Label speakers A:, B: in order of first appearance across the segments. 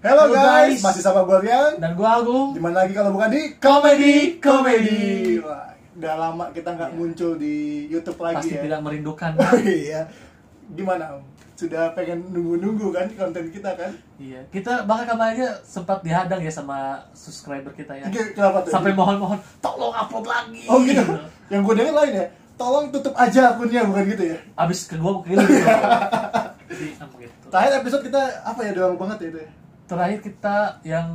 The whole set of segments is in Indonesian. A: Halo
B: Halo,
A: guys,
B: guys.
A: masih sama gue Rian.
B: Dan gua Agung.
A: Dimana lagi kalau bukan di
B: Komedi,
A: Komedi. Iya. Wah, Udah lama kita nggak muncul di YouTube lagi
B: Pasti
A: ya.
B: tidak merindukan.
A: Iya. Gimana? Om? Sudah pengen nunggu-nunggu kan konten kita kan?
B: iya. Kita bahkan kemarin aja sempat dihadang ya sama subscriber kita ya.
A: Oke, Kenapa tuh?
B: Sampai mohon-mohon, tolong upload lagi.
A: Oh gitu. Yang gue dengar lain ya. Tolong tutup aja akunnya bukan gitu ya.
B: Abis ke gua ke gitu. Jadi emang gitu.
A: Terakhir episode kita apa ya doang banget ya itu ya.
B: Terakhir kita yang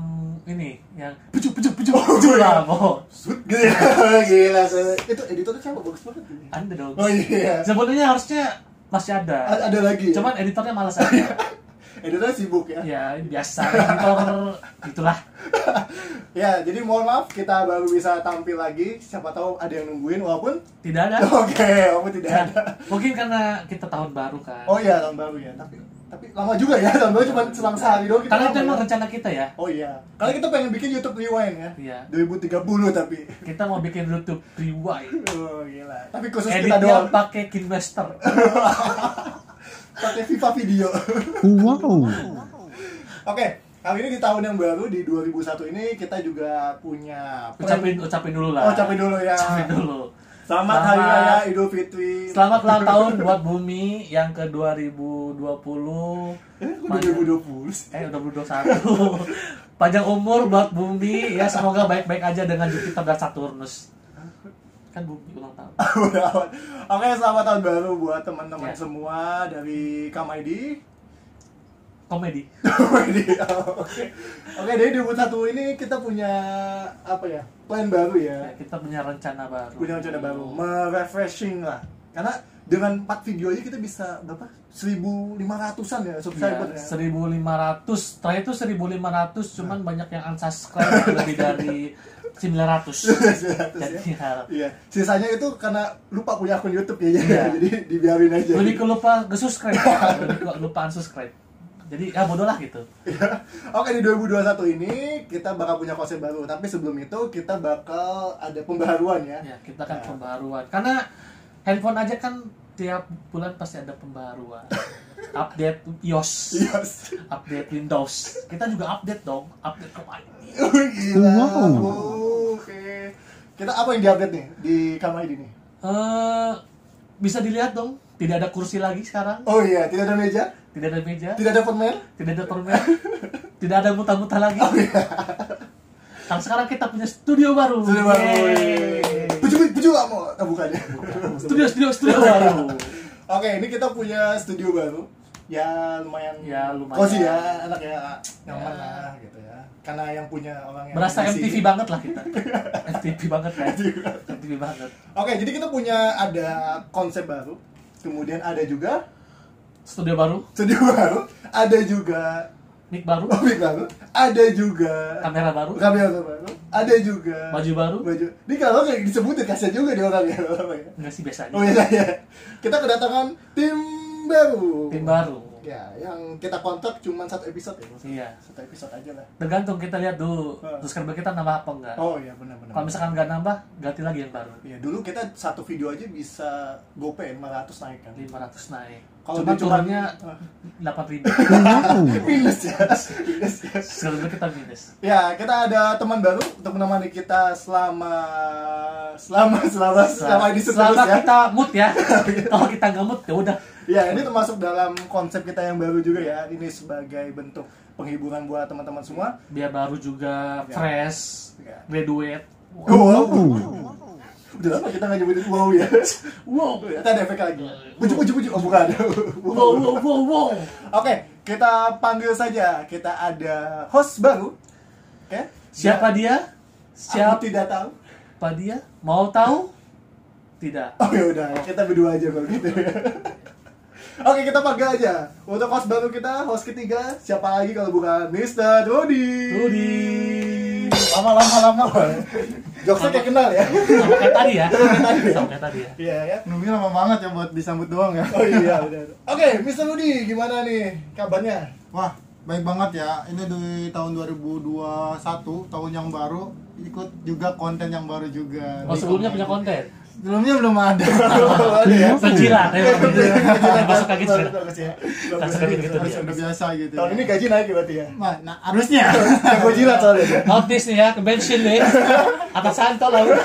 B: ini, yang Oh, iya,
A: Pejuk pejuk pejuk. pejuk ya.
B: Bravo.
A: Sud gitu ya. Gila. saya- Itu editornya siapa? Bagus banget. ini.
B: Anda dong.
A: Oh iya.
B: Sebenarnya harusnya masih ada.
A: A- ada lagi. ya?
B: Cuman editornya malas aja.
A: editornya sibuk ya.
B: ya biasa editor itulah.
A: Ya, jadi mohon maaf kita baru bisa tampil lagi. Siapa tahu ada yang nungguin walaupun
B: Tidak ada.
A: Oke, walaupun tidak
B: Dan
A: ada.
B: mungkin karena kita tahun baru
A: iya.
B: kan.
A: Oh iya, tahun baru ya. Tapi tapi lama juga ya, tahun baru cuma selang sehari doang kita.
B: Karena itu
A: lama
B: emang
A: ya.
B: rencana kita ya.
A: Oh iya. Karena kita pengen bikin YouTube Rewind ya.
B: Iya.
A: 2030 tapi.
B: Kita mau bikin YouTube rewind.
A: Oh gila. Tapi khusus kita doang.
B: Editnya pakai Kinmaster.
A: Pakai FIFA video.
C: Wow.
A: Oke, kali ini di tahun yang baru di 2001 ini kita juga punya
B: Ucapin ucapin dulu lah.
A: Oh, ucapin dulu ya.
B: Ucapin dulu.
A: Selamat Hari Raya Idul Fitri.
B: Selamat ulang tahun buat Bumi yang ke 2020.
A: Eh, kok
B: Panjang-
A: 2020 sih?
B: Eh, udah 2021. Panjang umur buat Bumi ya semoga baik-baik aja dengan Jupiter dan Saturnus. Kan Bumi ulang tahun.
A: Udahan. Oke, selamat tahun baru buat teman-teman
B: Ya.
A: semua dari Kamaidi.
B: Komedi.
A: Kamaidi. oh, Oke. Oke, dari 2001 ini kita punya apa ya? Plan baru
B: Ya,
A: ya.
B: kita punya rencana baru.
A: Punya rencana
B: Oh.
A: baru, merefreshing lah. Karena dengan 4 video aja kita bisa berapa? 1500-an ya subscriber
B: Iya,
A: ya.
B: 1500 terakhir itu 1500 cuman banyak yang unsubscribe lebih dari 900 jadi hal
A: Iya, sisanya itu karena lupa punya akun YouTube kayaknya.
B: Iya.
A: Jadi dibiarin aja.
B: lebih ke lupa ke subscribe lebih ke lupa unsubscribe jadi ya bodoh lah gitu
A: Iya. Oke di 2021 ini kita bakal punya konsep baru, tapi sebelum itu kita bakal ada pembaharuan ya.
B: ya kita kan
A: Ya.
B: pembaruan karena handphone aja kan tiap bulan pasti ada pembaruan update iOS
A: Yes.
B: update Windows kita juga update dong update kemarin
A: Gila.
C: Wow.
A: Bu. Oke. Kita apa yang diupdate nih di kamar ini nih?
B: eh bisa dilihat dong tidak ada kursi lagi sekarang
A: Oh iya, tidak ada meja,
B: tidak ada meja
A: tidak ada permen.
B: tidak ada permen, tidak ada muta-muta lagi.
A: Oh, iya.
B: Nah, sekarang kita punya studio baru.
A: Sudah baru.
B: Yeay.
A: Bujuk bujuk kamu, ah, bukan ya.
B: Studio studio studio baru.
A: Oke, ini kita punya studio baru. Ya lumayan,
B: Ya, lumayan.
A: Cozy ya, enak ya, nyaman
B: Ya.
A: lah gitu ya. Karena yang punya orang yang
B: Berasa
A: berisi.
B: MTV banget lah kita. MTV banget kan. MTV banget.
A: Oke, jadi kita punya ada konsep baru, kemudian ada juga
B: Studio baru,
A: studio baru, ada juga
B: mic baru,
A: topik baru, ada juga
B: kamera baru,
A: kamera baru, ada juga
B: baju baru.
A: baju. Ini kalau kayak disebutin kasihan juga dia orang ya. orang ya.
B: Enggak sih biasa
A: Oh
B: aja.
A: iya, iya. Kita kedatangan tim baru.
B: Tim baru.
A: Ya, yang kita kontak cuma satu episode ya. maksudnya.
B: Iya.
A: Satu episode aja lah.
B: Tergantung kita lihat dulu subscriber kita nambah apa enggak.
A: Oh iya
B: Kalau
A: benar-benar.
B: misalkan nggak nambah, ganti lagi yang baru.
A: Ya, dulu kita satu video aja bisa gope 500 naik kan.
B: 500 naik.
A: Kalau dia Ah.
B: Cuma
A: cuman-
B: turunnya 8000.
A: Minus ya. Minus ya.
B: Subscriber kita minus.
A: Ya, kita ada teman baru untuk menemani kita selama selama selama selama
B: Selama,
A: ini
B: selama
A: ya.
B: kita mood ya. Kalau kita nggak mood ya udah.
A: Ya, ini termasuk dalam konsep kita yang baru juga ya. Ini sebagai bentuk penghiburan buat teman-teman semua.
B: Biar baru juga
A: Ya.
B: fresh,
A: Ya.
B: graduate.
A: Wow. Udah lama kita nggak nyebutin wow ya.
B: Wow.
A: Kita ada efek lagi. Bujuk bujuk bujuk oh bukan.
B: Wow, wow, wow, wow.
A: Oke, kita panggil saja. Kita ada host baru. Oke.
B: Siapa dia?
A: Siapa
B: Siapa
A: tidak tahu?
B: dia? Mau tahu? Tidak.
A: Oh ya udah, kita berdua aja kalau gitu. Oke, kita panggil aja. Untuk host baru kita, host ketiga, siapa lagi kalau bukan Mr. Rudy.
B: Rudy.
A: Lama lama lama. Jokesnya kayak kenal ya.
B: Sama kayak tadi ya. Sama kayak tadi ya.
A: Iya ya.
C: Nungguin lama banget ya buat disambut doang ya.
A: Oh iya udah. Oke, Mr. Rudy gimana nih kabarnya?
C: Wah, baik banget ya. Ini di tahun 2021, tahun yang baru ikut juga konten yang baru juga.
B: Oh, sebelumnya punya konten.
C: Sebelumnya belum ada.
A: Ada ya?
B: Penjilat, ya, Bang.
A: Penjilat.
B: Masuk kaget sudah.
A: Bagus ya.
B: Masuk kaget gitu
C: Harus
B: dia.
C: udah biasa gitu.
A: Iya, Tahun ini Iya. gaji naik ya berarti ya.
C: Nah, nah, harusnya.
A: Jago jilat soalnya. dia.
B: Notice nih ya, ke bensin nih. Atas santo lah. bro.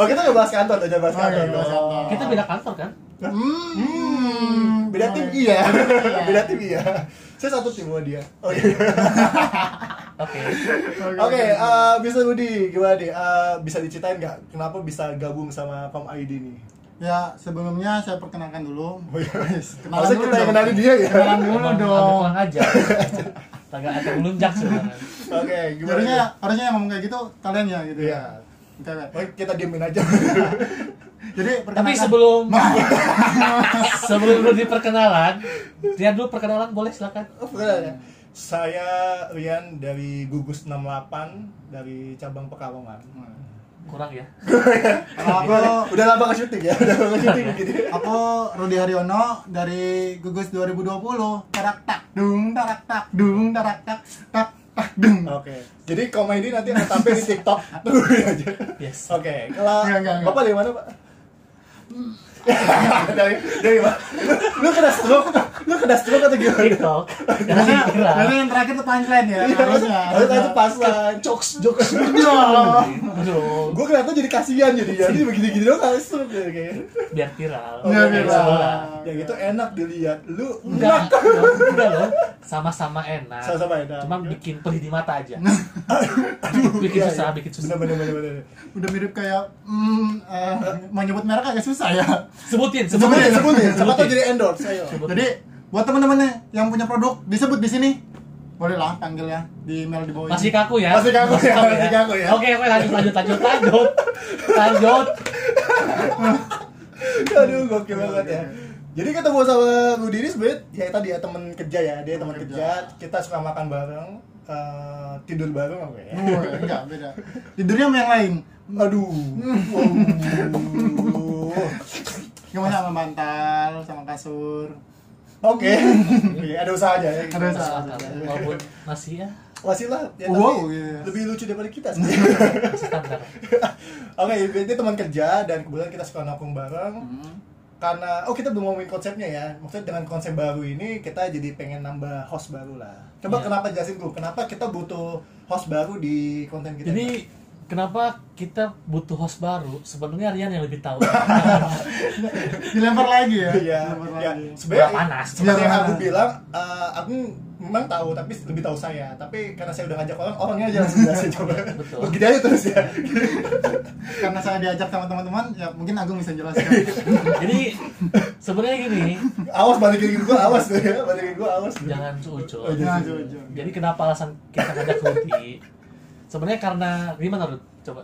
A: Oh kita nggak bahas kantor, udah bahas
C: Oh,
A: kantor.
C: iya, bahas kantor.
B: Kita beda kantor kan?
C: Hmm.
A: Beda tim iya. Beda tim iya. Saya satu tim sama dia. Oh iya.
B: Oke.
A: Oke, eh, bisa Budi gimana deh? Eh, bisa diceritain nggak kenapa bisa gabung sama Pom ID nih?
C: Ya, sebelumnya saya perkenalkan dulu.
A: Oh iya.
C: Yes, kenalan
A: Masa
C: dulu
A: kita yang
C: dong.
A: kenalin dia ya?
C: Kenalan dulu
B: Emang
C: dong.
B: Kurang aja. Agak agak ulunjak sebenarnya.
A: Oke, gimana?
C: Harusnya
A: deh?
C: harusnya yang ngomong kayak gitu kalian ya gitu
A: Iya.
C: ya. Oke, oke.
A: Oke, kita diemin aja.
C: Jadi
B: Tapi
C: perkenalkan
B: sebelum sebelum lu diperkenalan, lihat dulu perkenalan boleh silakan.
A: Oh, beneran ya? Saya Rian dari Gugus 68 dari cabang Pekalongan. Oh,
B: Kurang ya.
C: aku
A: Udah lama ke syuting ya? Udah lama ke syuting gitu.
C: aku Rudi Haryono dari Gugus 2020. Tarak tak dung tarak tak dung tarak tak tak tak dung.
A: Oke. Jadi komedi nanti akan tampil di TikTok. Tungguin aja.
B: Yes.
A: Oke, kalau
C: Enggak, enggak, enggak.
A: Bapak dari mana, Pak? dari dari mana? Lu kena stroke? Lu kena stroke atau gimana?
B: TikTok. Jangan
C: Biasanya,
B: dikira.
C: biasanya yang terakhir tuh punchline ya.
A: Iya,
C: harusnya.
A: harus itu pas lah. Jokes, jokes.
B: Aduh,
A: Gue kelihatan jadi kasihan jadi ya. jadi begini-gini doang harus stroke ya kayaknya.
B: biar viral.
C: Iya,
B: Biar
C: viral.
B: sekolah.
A: Ya gitu enak dilihat. Lu
B: Enggak, enggak, enggak loh. Sama-sama enak.
A: Sama-sama enak.
B: Cuma bikin perih di mata aja. bikin
A: Iya,
B: susah,
A: iya.
B: bikin susah.
A: Bener bener bener bener.
C: Udah mirip kayak mm, eh, mau nyebut merek agak susah ya.
B: Sebutin,
A: Sebutin,
B: sebutin.
A: sebutin. Siapa tau jadi endorse. Ayo.
B: Sebutin.
C: Jadi buat teman-teman yang punya produk disebut di sini. Boleh lah panggil ya di email di bawah.
B: Masih
C: ini.
B: kaku ya?
A: Masih kaku ya, masih kaku ya.
B: Oke, oke lanjut lanjut lanjut lanjut. Lanjut.
A: Aduh, gokil banget ya. Jadi ketemu sama Budi ini sebenarnya ya tadi ya teman kerja ya, dia teman
C: Teman
A: kerja. Kita suka makan bareng, eh, tidur bareng apa ya?
C: Oh, enggak beda. Tidurnya sama yang lain.
A: Aduh. Wow.
C: Gimana sama bantal, sama kasur.
A: Oke. Iya, ada usaha aja ya.
C: Ada usaha.
B: Masuk akal ya. Walaupun masih ya
A: Wasilah ya,
C: Wow,
A: tapi
C: iya.
A: lebih lucu daripada kita sih.
B: standar.
A: Oke, ini teman kerja dan kebetulan kita suka nongkrong bareng.
B: Hmm.
A: Karena oh kita belum ngomongin konsepnya ya. Maksudnya dengan konsep baru ini kita jadi pengen nambah host baru lah. Coba
B: Iya.
A: kenapa jelasin dulu kenapa kita butuh host baru di konten kita?
B: Jadi kenapa kita butuh host baru? Sebenarnya Rian yang lebih tahu.
C: Dilempar lagi ya.
A: Iya,
C: Dilempar
A: iya.
C: lagi.
A: Sebenarnya
B: Sebelah panas.
A: seperti yang
C: Iya,
A: aku
C: benar.
A: bilang, eh, aku memang tahu tapi lebih tahu saya. Tapi karena saya udah ngajak orang, orangnya aja langsung jelasin coba.
B: Betul. Iya.
A: Begitu aja terus ya.
C: Karena saya diajak sama teman-teman, ya mungkin Agung bisa jelaskan.
B: Jadi sebenarnya gini,
A: awas balikin gua, awas tuh ya, balikin gua awas. tuh.
B: jangan cucu.
A: Oh,
C: Nah,
A: jangan.
C: jujur.
B: Jadi kenapa alasan kita ngajak Rudi? Sebenarnya karena gimana Rud? Coba.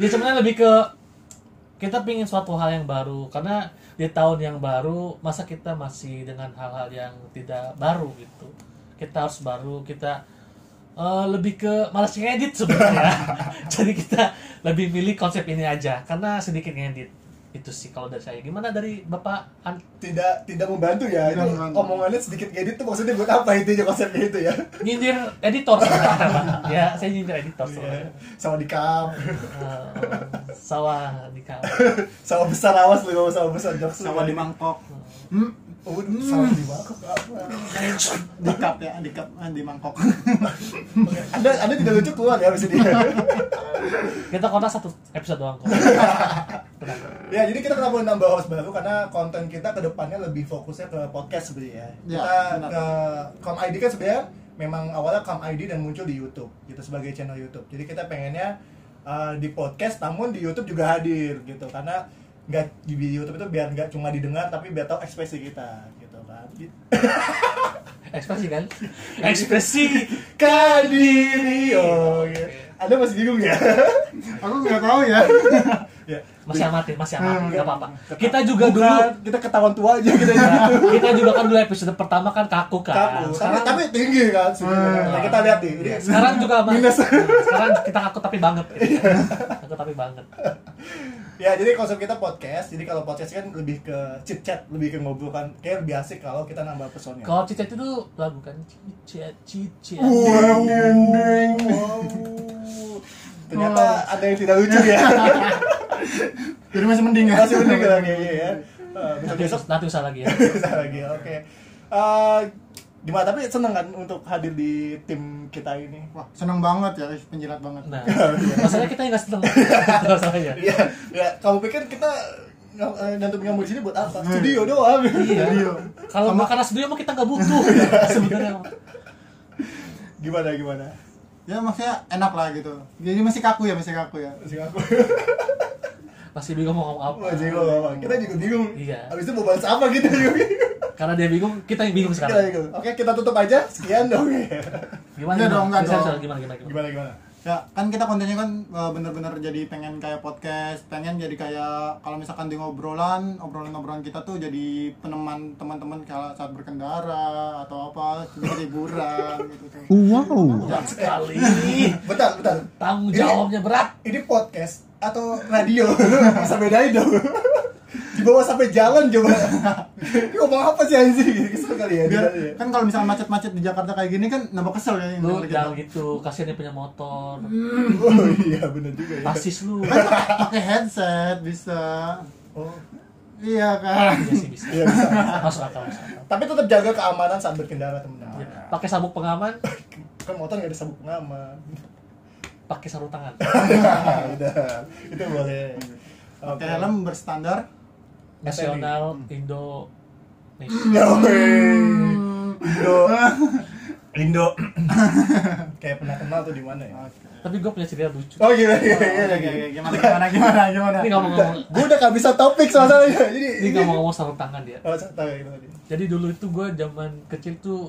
B: ya sebenarnya lebih ke kita pingin suatu hal yang baru karena di tahun yang baru masa kita masih dengan hal-hal yang tidak baru gitu. Kita harus baru kita eh, lebih ke malas ngedit sebenarnya. Jadi kita lebih milih konsep ini aja karena sedikit ngedit itu sih kalau dari saya gimana dari bapak An-
A: tidak tidak membantu ya itu
C: Tidak membantu.
A: omongannya sedikit edit tuh maksudnya buat apa intinya konsepnya itu ya
B: nyindir editor sebenarnya Pak. ya saya nyindir editor
A: Iya.
B: sebenarnya
C: Iya.
A: sama di kam
B: Eh, sawah di kamar
A: sama besar awas lu ngomong sama besar jokes lu.
C: Sama di mangkok. Hmm,
A: oh, waduh, sama di mangkok apa
C: di cup ya, di cup, ah, di mangkok. Hmm.
A: Oke, anda anda tidak lucu keluar ya habis ini
B: kita kontak satu episode doang kok
A: ya jadi kita kenapa nambah host baru karena konten kita kedepannya lebih fokusnya ke podcast sebenarnya ya,
C: Ya,
A: kita
C: benar.
A: ke com ID kan sebenarnya memang awalnya com ID dan muncul di YouTube gitu sebagai channel YouTube jadi kita pengennya uh, di podcast namun di YouTube juga hadir gitu karena nggak di YouTube itu biar nggak cuma didengar tapi biar tahu ekspresi kita gitu kan
B: ekspresi kan ekspresi
A: kadiri oh ya ada masih bingung ya
C: Aku nggak tahu ya.
A: ya
B: masih amatir masih amatir
C: Hmm.
B: nggak apa-apa kita juga dulu
A: Bukan, Nah, kita ketahuan tua aja kita
B: Nah, kita juga kan dulu episode pertama kan kaku kan
A: kaku tapi,
B: sekarang
A: tapi tinggi kan sebenarnya.
C: Hmm.
A: Nah, kita lihat nih ini
B: ya, sekarang juga Mas.
A: Minus.
B: sekarang kita kaku tapi banget gitu. kaku tapi banget
A: ya jadi konsep kita podcast jadi kalau podcast kan lebih ke chit chat lebih ke ngobrol kan kayak lebih asik kalau kita nambah personnya
B: kalau cicet itu lagu kan cicet cicet
A: Wow. ternyata ada yang tidak lucu ya
C: Oh. Jadi masih mending ya.
A: masih mending lagi ya, ya. Eh, besok besok
B: nanti, nanti usah lagi ya
A: bisa lagi oke Eh, gimana tapi seneng kan untuk hadir di tim kita ini
C: Wah, seneng banget ya, ih, penjilat banget.
B: nah masalahnya kita yang nggak seneng masalahnya
A: Iya, ya kamu pikir kita ng- eh, nyantum nyamuk di sini buat apa? Studio doang.
C: Hmm. Iya.
B: kalau
C: Sama- Iya,
B: makanan studio mah kita nggak butuh sebenarnya
A: gimana gimana?
C: Ya maksudnya enak lah gitu. Jadi masih kaku ya, masih kaku ya.
A: Masih aku.
B: masih bingung mau ngomong
A: Wah,
B: apa
A: bingung apa? Kita juga bingung.
B: Iya.
A: Habis itu mau bahas apa kita juga bingung.
B: karena dia bingung kita yang bingung
A: Kita
B: sekarang
A: bingung. Oke, kita tutup aja. Sekian dong.
B: gimana gimana?
C: Enggak Iya, dong, enggak
B: Bisa,
C: dong.
B: bisa, gimana gimana gimana
A: gimana gimana?
C: Ya, kan kita kontennya kan e, bener-bener jadi pengen kayak podcast, pengen jadi kayak kalau misalkan di ngobrolan, obrolan-obrolan kita tuh jadi peneman teman-teman kalau saat berkendara atau apa, jadi liburan gitu tuh.
D: Wow.
B: Berat sekali
A: Bentar, bentar.
B: tanggung jawabnya berat
C: Iya,
A: Ini podcast atau radio? Bisa bedain dong. Dibawa sampai jalan coba. Ini ngomong apa sih anjing? Kesel kali ya.
C: Biar,
A: dia.
C: kan kalau misalkan macet-macet di Jakarta kayak gini kan nambah kesel ya yang
B: lu
C: denger kita.
B: jangan gitu kasihan dia punya motor
C: Hmm.
A: Oh iya, bener juga ya.
B: pasis lu Iya
C: Kan pakai headset bisa.
A: Oh.
C: Iya kan.
B: Iya sih bisa
A: Iya, bisa.
B: masuk akal masuk akal
A: Tapi tetap jaga keamanan saat berkendara, teman-teman.
B: Iya. pakai sabuk pengaman
A: kan motor nggak ada sabuk pengaman
B: pakai sarung tangan
A: udah itu boleh
C: Pakai helm berstandar. Iya,
B: nasional Indo
A: no way Indo Indo kayak pernah kenal tuh di mana ya
B: tapi gue punya cerita lucu
A: oh gila gila
C: Oke,
A: gila
C: oke, oke. Gimana gimana gimana gimana.
B: ini nggak mau ngomong
C: Iya.
A: gue udah gak bisa topik masalahnya jadi
B: ini nggak mau ngomong sarung tangan dia
A: oh tahu ya gitu tadi
B: jadi dulu itu gue zaman kecil tuh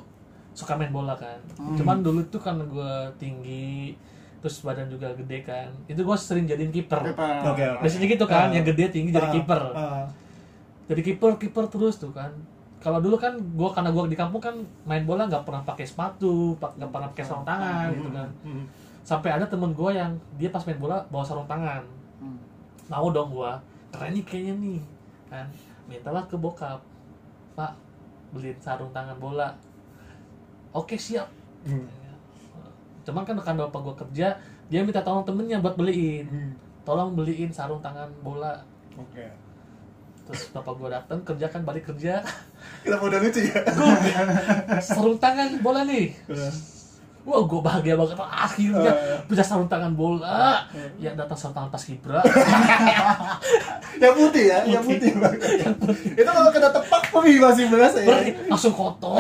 B: suka main bola kan
A: Hmm.
B: cuman dulu tuh karena gue tinggi terus badan juga gede kan itu gue sering jadiin kiper
C: Oke, Pak.
A: oke oke
B: biasanya gitu kan yang gede tinggi jadi
A: Ah,
B: kiper
A: ah.
B: jadi kiper kiper terus tuh kan kalau dulu kan gue karena gue di kampung kan main bola nggak pernah pakai sepatu pak- nggak pernah pakai sarung tangan gitu kan
A: Hmm.
B: sampai ada temen gue yang dia pas main bola bawa sarung tangan
C: Hmm.
B: mau dong gue keren nih kayaknya nih kan mintalah ke bokap pak beliin sarung tangan bola oke siap
A: Hmm.
B: cuman kan rekan bapak gue kerja dia minta tolong temennya buat beliin
A: Hmm.
B: tolong beliin sarung tangan bola
A: oke
B: terus bapak gue datang kerja kan balik kerja
A: kita udah lucu ya
B: Gua sarung tangan bola nih Wah, gue bahagia banget Wah, akhirnya punya sarung tangan bola. Ya datang sarung tangan pas kibra.
A: yang putih ya yang putih banget itu kalau kena tepak pemih masih berasa ya
B: Ber- langsung kotor.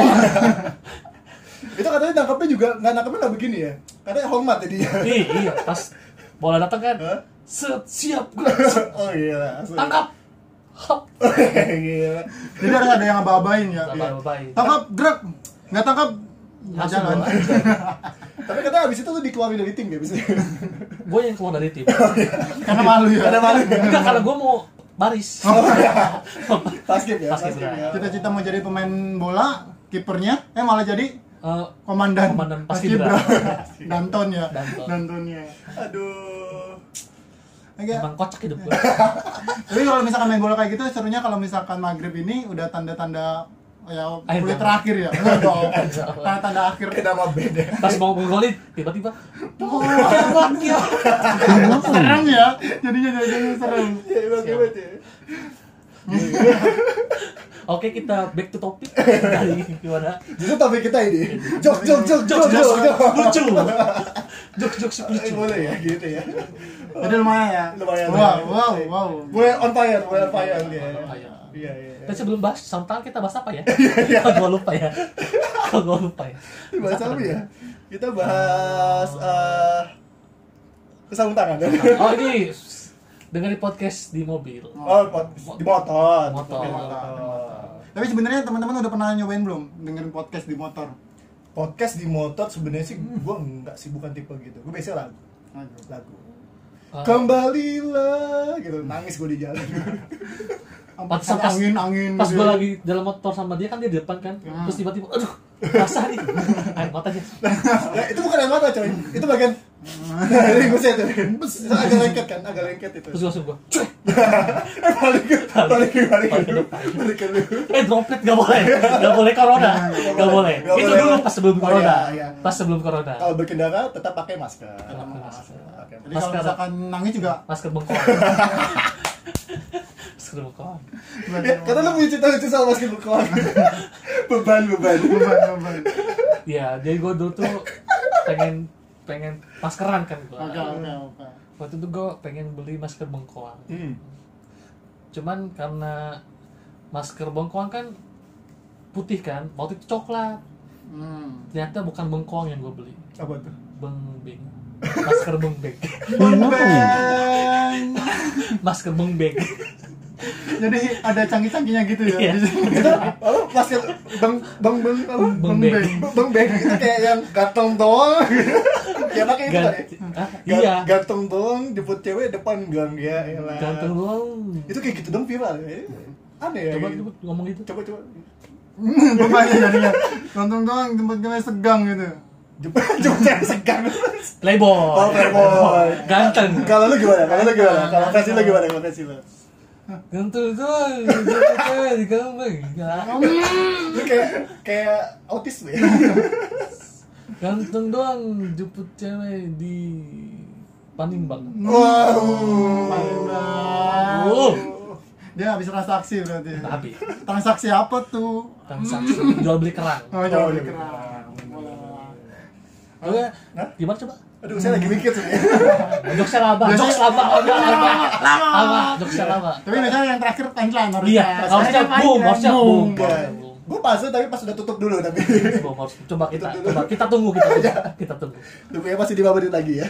A: itu katanya nangkapnya juga nggak nangkapnya nggak begini ya katanya hormat jadinya
B: Ih, iya, pas bola datang kan.
A: Hah?
B: Set, siap gua. Set,
A: oh gila asli.
B: Tangkap. Hop.
A: gila
C: Jadi harus ada yang ababain ya.
B: Nggak
C: Iya.
B: ababain.
C: Tangkap, gerak. Nggak tangkap, nggak
B: Langsung
C: jalan.
B: bola.
A: tapi katanya abis itu tuh dikeluarin dari tim ya abis itu
B: Gue yang keluar dari tim.
C: Karena malu ya.
A: ada malu ya?
B: Enggak, karena gue mau baris.
A: basket ya basket
B: Basket,
A: ya
C: Cita-cita mau jadi pemain bola, kipernya, eh malah jadi
B: Eh,
C: komandan.
B: Komandan
C: Paskibra.
B: Paskibra.
C: Danton ya.
B: Danton.
C: Dantonnya.
A: aduh
C: Oke.
B: emang kocak hidup gue.
C: Tapi kalau misalkan main bola kayak gitu, serunya kalau misalkan maghrib ini udah tanda-tanda ya
B: Akhir
C: kulit
B: zaman.
C: terakhir ya. Bener dong. Tanda-tanda akhir.
A: kayak nama band ya
B: Pas mau ngegolin, tiba-tiba
C: Oh, hebat ya. Serem ya. Jadinya jadinya serem.
A: ya emang
B: Siap.
A: hebat ya
B: Oke kita back to topic dari gimana
A: justru topik kita ini jok jok jok jok
B: jokes
A: jok
B: jokes
A: jok
B: lucu jokes jokes
A: Eh,
B: lucu
A: boleh ya gitu ya
C: Jadi lumayan ya.
A: Lumayan,
C: Wow,
A: lumayan.
C: wow, wow.
A: mulai on fire mulai on fire dia
B: on fire.
A: iya iya iya.
B: Dan sebelum bahas samtal kita bahas apa ya? Kalau gua lupa ya. Kalau gua lupa ya.
A: Ini bahas apa ya kita bahas eh sarung tangan
B: Oh ini dengerin podcast di mobil.
A: oh pot- di motor
B: Motor.
A: Di motor.
C: Tapi sebenarnya teman-teman udah pernah nyobain belum dengerin podcast di motor?
A: podcast di motor sebenarnya sih gue enggak sih bukan tipe gitu gue biasanya Hmm. lagu
C: Aduh.
A: lagu
B: Ah.
A: kembalilah gitu nangis gue di jalan
B: Pantesan pas-
C: angin angin
B: pas
C: gitu
B: gue
C: ya.
B: lagi dalam motor sama dia kan dia di depan kan
C: Hmm.
B: terus tiba-tiba aduh basah nih air matanya
A: Nah, itu bukan air mata coy, itu bagian Nah, ini gue tuh Bes, agak lengket kan, agak lengket itu
B: terus gue langsung gue cuy
A: Eh, balik ke, balik ke, balik ke
B: Balik ke
A: dulu
B: depan.
A: Balik ke dulu
B: eh droplet gak boleh gak boleh corona gak boleh
A: Nggak
B: itu
A: boleh.
B: dulu pas sebelum
A: Oh,
B: corona
A: iya, iya.
B: pas sebelum corona
A: Kalau berkendara tetap pakai masker Tetap
B: pakai
A: pakai
C: jadi kalau
B: Masker.
C: misalkan nangis juga
B: masker bengkok masker bengkok
A: masker. Ya, Karena lu punya cerita lucu soal masker berkeluar Beban, beban
C: beban beban
B: ya jadi gue dulu tuh pengen pengen maskeran kan gue
C: oke oke oke
B: waktu itu gue pengen beli masker bengkoang
A: Hmm.
B: cuman karena masker bengkoang kan putih kan waktu itu coklat
C: hmm
B: ternyata bukan bengkoang yang gue beli
A: Apa tuh?
B: bengbeng masker bengbeng
C: Beban.
B: masker bengbeng
C: jadi ada cangkih-cangkihnya gitu ya
B: Iya.
A: Itu, apa? Masker bang, bang, bang, apa?
B: Bang
A: Bang,
B: Beng.
A: bang, bang, bang, itu kayak yang gantung doang Ya pakai itu kan ya?
B: Gant- ah,
A: Gan-
B: iya
A: Gantung doang, jemput cewek depan gang ya elah.
B: ganteng doang
A: Itu kayak gitu dong viral ya? Aneh ya
B: coba
A: kayak gitu.
B: coba ngomong itu
A: Coba, coba
C: beban Hmm, jadinya nonton doang tempat gue segang gitu
A: Jemput jemput cewek segan
B: playboy
A: Oh, playboy.
B: ganteng
A: Kalau lu gimana? Kalau lu gimana? Kalau versi lu gimana? Kalau versi lu?
B: ganteng doang ganteng cewek di kambing
A: Lu kayak kayak autis ya.
B: ganteng doang jemput cewek di Panimbang
C: Hmm. Mantap.
B: Oh.
C: dia habis transaksi berarti
B: Habis.
C: transaksi apa tuh
B: transaksi jual beli kerang
C: oh
A: iya.
C: jauh lebih keren Wah.
B: Oke,
A: Hah?
B: ya, gimana coba?
A: Aduh, saya lagi mikir sih.
B: Jokesnya laba,
C: Biasanya-
B: jokes laba, laba, laba, laba, jokesnya laba.
C: tapi biasanya yang terakhir punchline harusnya
B: Iya, harusnya
C: Terakhir
B: boom,
C: punchline.
B: harusnya boom.
A: Gue pause tapi pas udah tutup dulu tapi.
B: Boom, harus- Coba kita, coba kita tunggu, kita tunggu, kita tunggu.
A: Tunggu ya masih 5 menit lagi ya.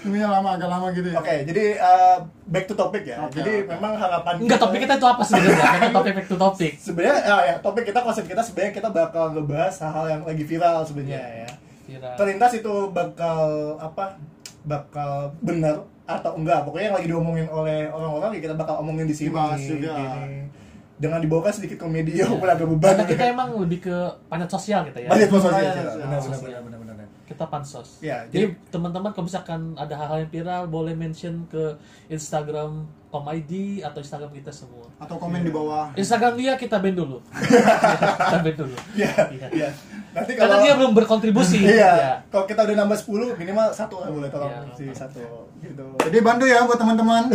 C: Tunggunya lama agak lama gitu ya
A: Oke, jadi eh, back to topic ya.
C: Oke,
A: jadi
C: oke.
A: memang harapan
B: Enggak, topik kita itu apa sebenarnya? Karena topik back to topik.
A: sebenarnya ah, ya, topik kita konsep kita sebenarnya kita bakal ngebahas hal yang lagi viral sebenarnya
B: Iya.
A: ya.
B: Kira.
A: Terlintas itu bakal apa? Bakal benar atau enggak? Pokoknya yang lagi diomongin oleh orang-orang ya kita bakal omongin di sini.
C: Dibahas juga.
A: gini. Dengan dibawakan sedikit komedi ya, walaupun
B: Iya.
A: ada beban.
B: Karena kita emang lebih ke panjat sosial kita ya.
A: Banyak sosial.
C: Banyak
A: Benar,
C: sosial.
A: benar,
B: Sosial.
A: benar, benar, benar, benar.
B: Kita pansos.
A: Iya,
B: jadi teman-teman kalau misalkan ada hal-hal yang viral boleh mention ke Instagram Om ID atau Instagram kita semua.
C: atau komen di bawah
B: Instagram dia kita ban dulu. kita ban dulu.
A: Iya, iya. Nanti
B: Karena
A: kalau
B: dia belum berkontribusi.
A: Iya.
B: Ya.
A: Kalau kita udah nambah 10 minimal satu lah boleh tolong
B: Iya.
A: sih satu gitu.
C: jadi bantu ya buat teman-teman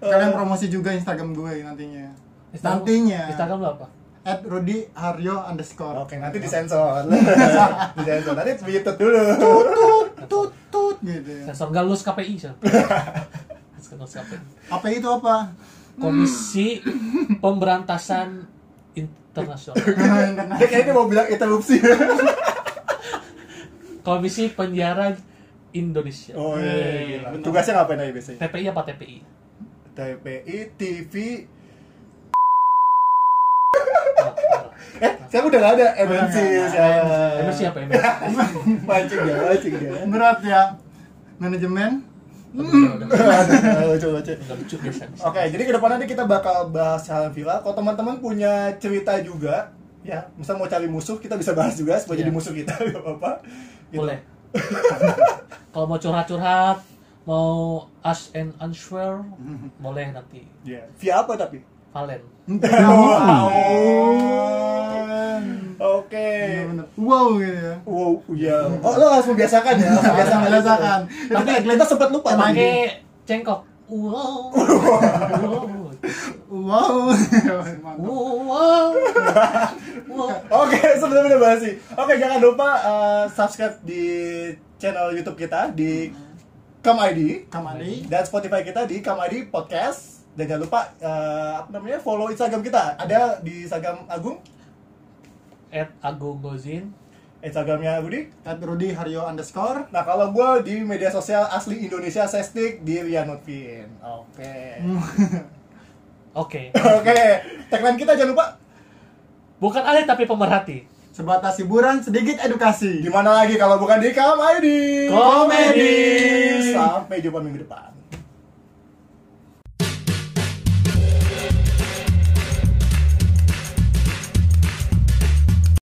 C: kalian promosi juga Instagram gue nantinya
B: Instagram-
C: nantinya
B: Instagram lu apa?
C: at Rudi Haryo underscore
A: Oke, nanti disensor. disensor. Nanti begitu dulu.
C: tut tut gitu ya
B: Sensor enggak lulus KPI sih. Sensor lulus KPI.
C: apa itu apa
B: Komisi Pemberantasan Internasional.
A: Dia kayaknya mau bilang interupsi.
B: Komisi Penyiaran Indonesia.
A: Oh
C: Eh,
A: iya, gila.
C: bener.
A: Tugasnya ngapain aja biasanya?
B: TPI apa TPI?
A: TPI, TV,
B: Oh, salah.
A: eh saya udah gak ada MNC
C: nggak ada.
A: saya.
B: MRC apa MRC?
A: Mancing ya, mancing ya.
C: berat ya manajemen
B: Udah, udah,
A: Aduh, Coba coba.
B: udah lucu biasa.
A: Oke, jadi ke depan nanti kita bakal bahas hal yang viral. Kalau teman-teman punya cerita juga, ya, misal mau cari musuh, kita bisa bahas juga supaya
B: Iya.
A: jadi musuh kita, gak apa-apa. Gitu.
B: Boleh. Kalau mau curhat-curhat, mau ask and answer,
A: Mm-hmm.
B: boleh nanti.
A: Iya. Via apa tapi?
B: Valen.
A: Oh. Oke.
C: Bener-bener. wow gitu ya
A: Wow, iya. Oh, lo harus membiasakan ya, harus
C: biasa
A: membiasakan.
C: biasakan
A: Tapi gitu. kita sempat lupa tadi.
B: Pakai cengkok. Wow. Wow.
C: wow
B: Wow. Wow.
A: Oke, sebelum kita bahas sih. Oke, jangan lupa eh, subscribe di channel YouTube kita di Kamid
C: kamari
A: dan Spotify kita di Kamadi Podcast dan jangan lupa eh, apa namanya follow Instagram kita ada di Instagram Agung
B: At Agung Gozin.
A: Instagramnya Budi
C: at Rudi Haryo underscore
A: nah kalau gue di media sosial asli Indonesia Sestik di Rian Nutvin oke
B: Oke.
A: oke tagline kita jangan lupa
B: Bukan alih tapi pemerhati.
C: sebatas hiburan sedikit edukasi
A: gimana lagi kalau bukan di Kamadi
B: Komedi.
A: sampai jumpa minggu depan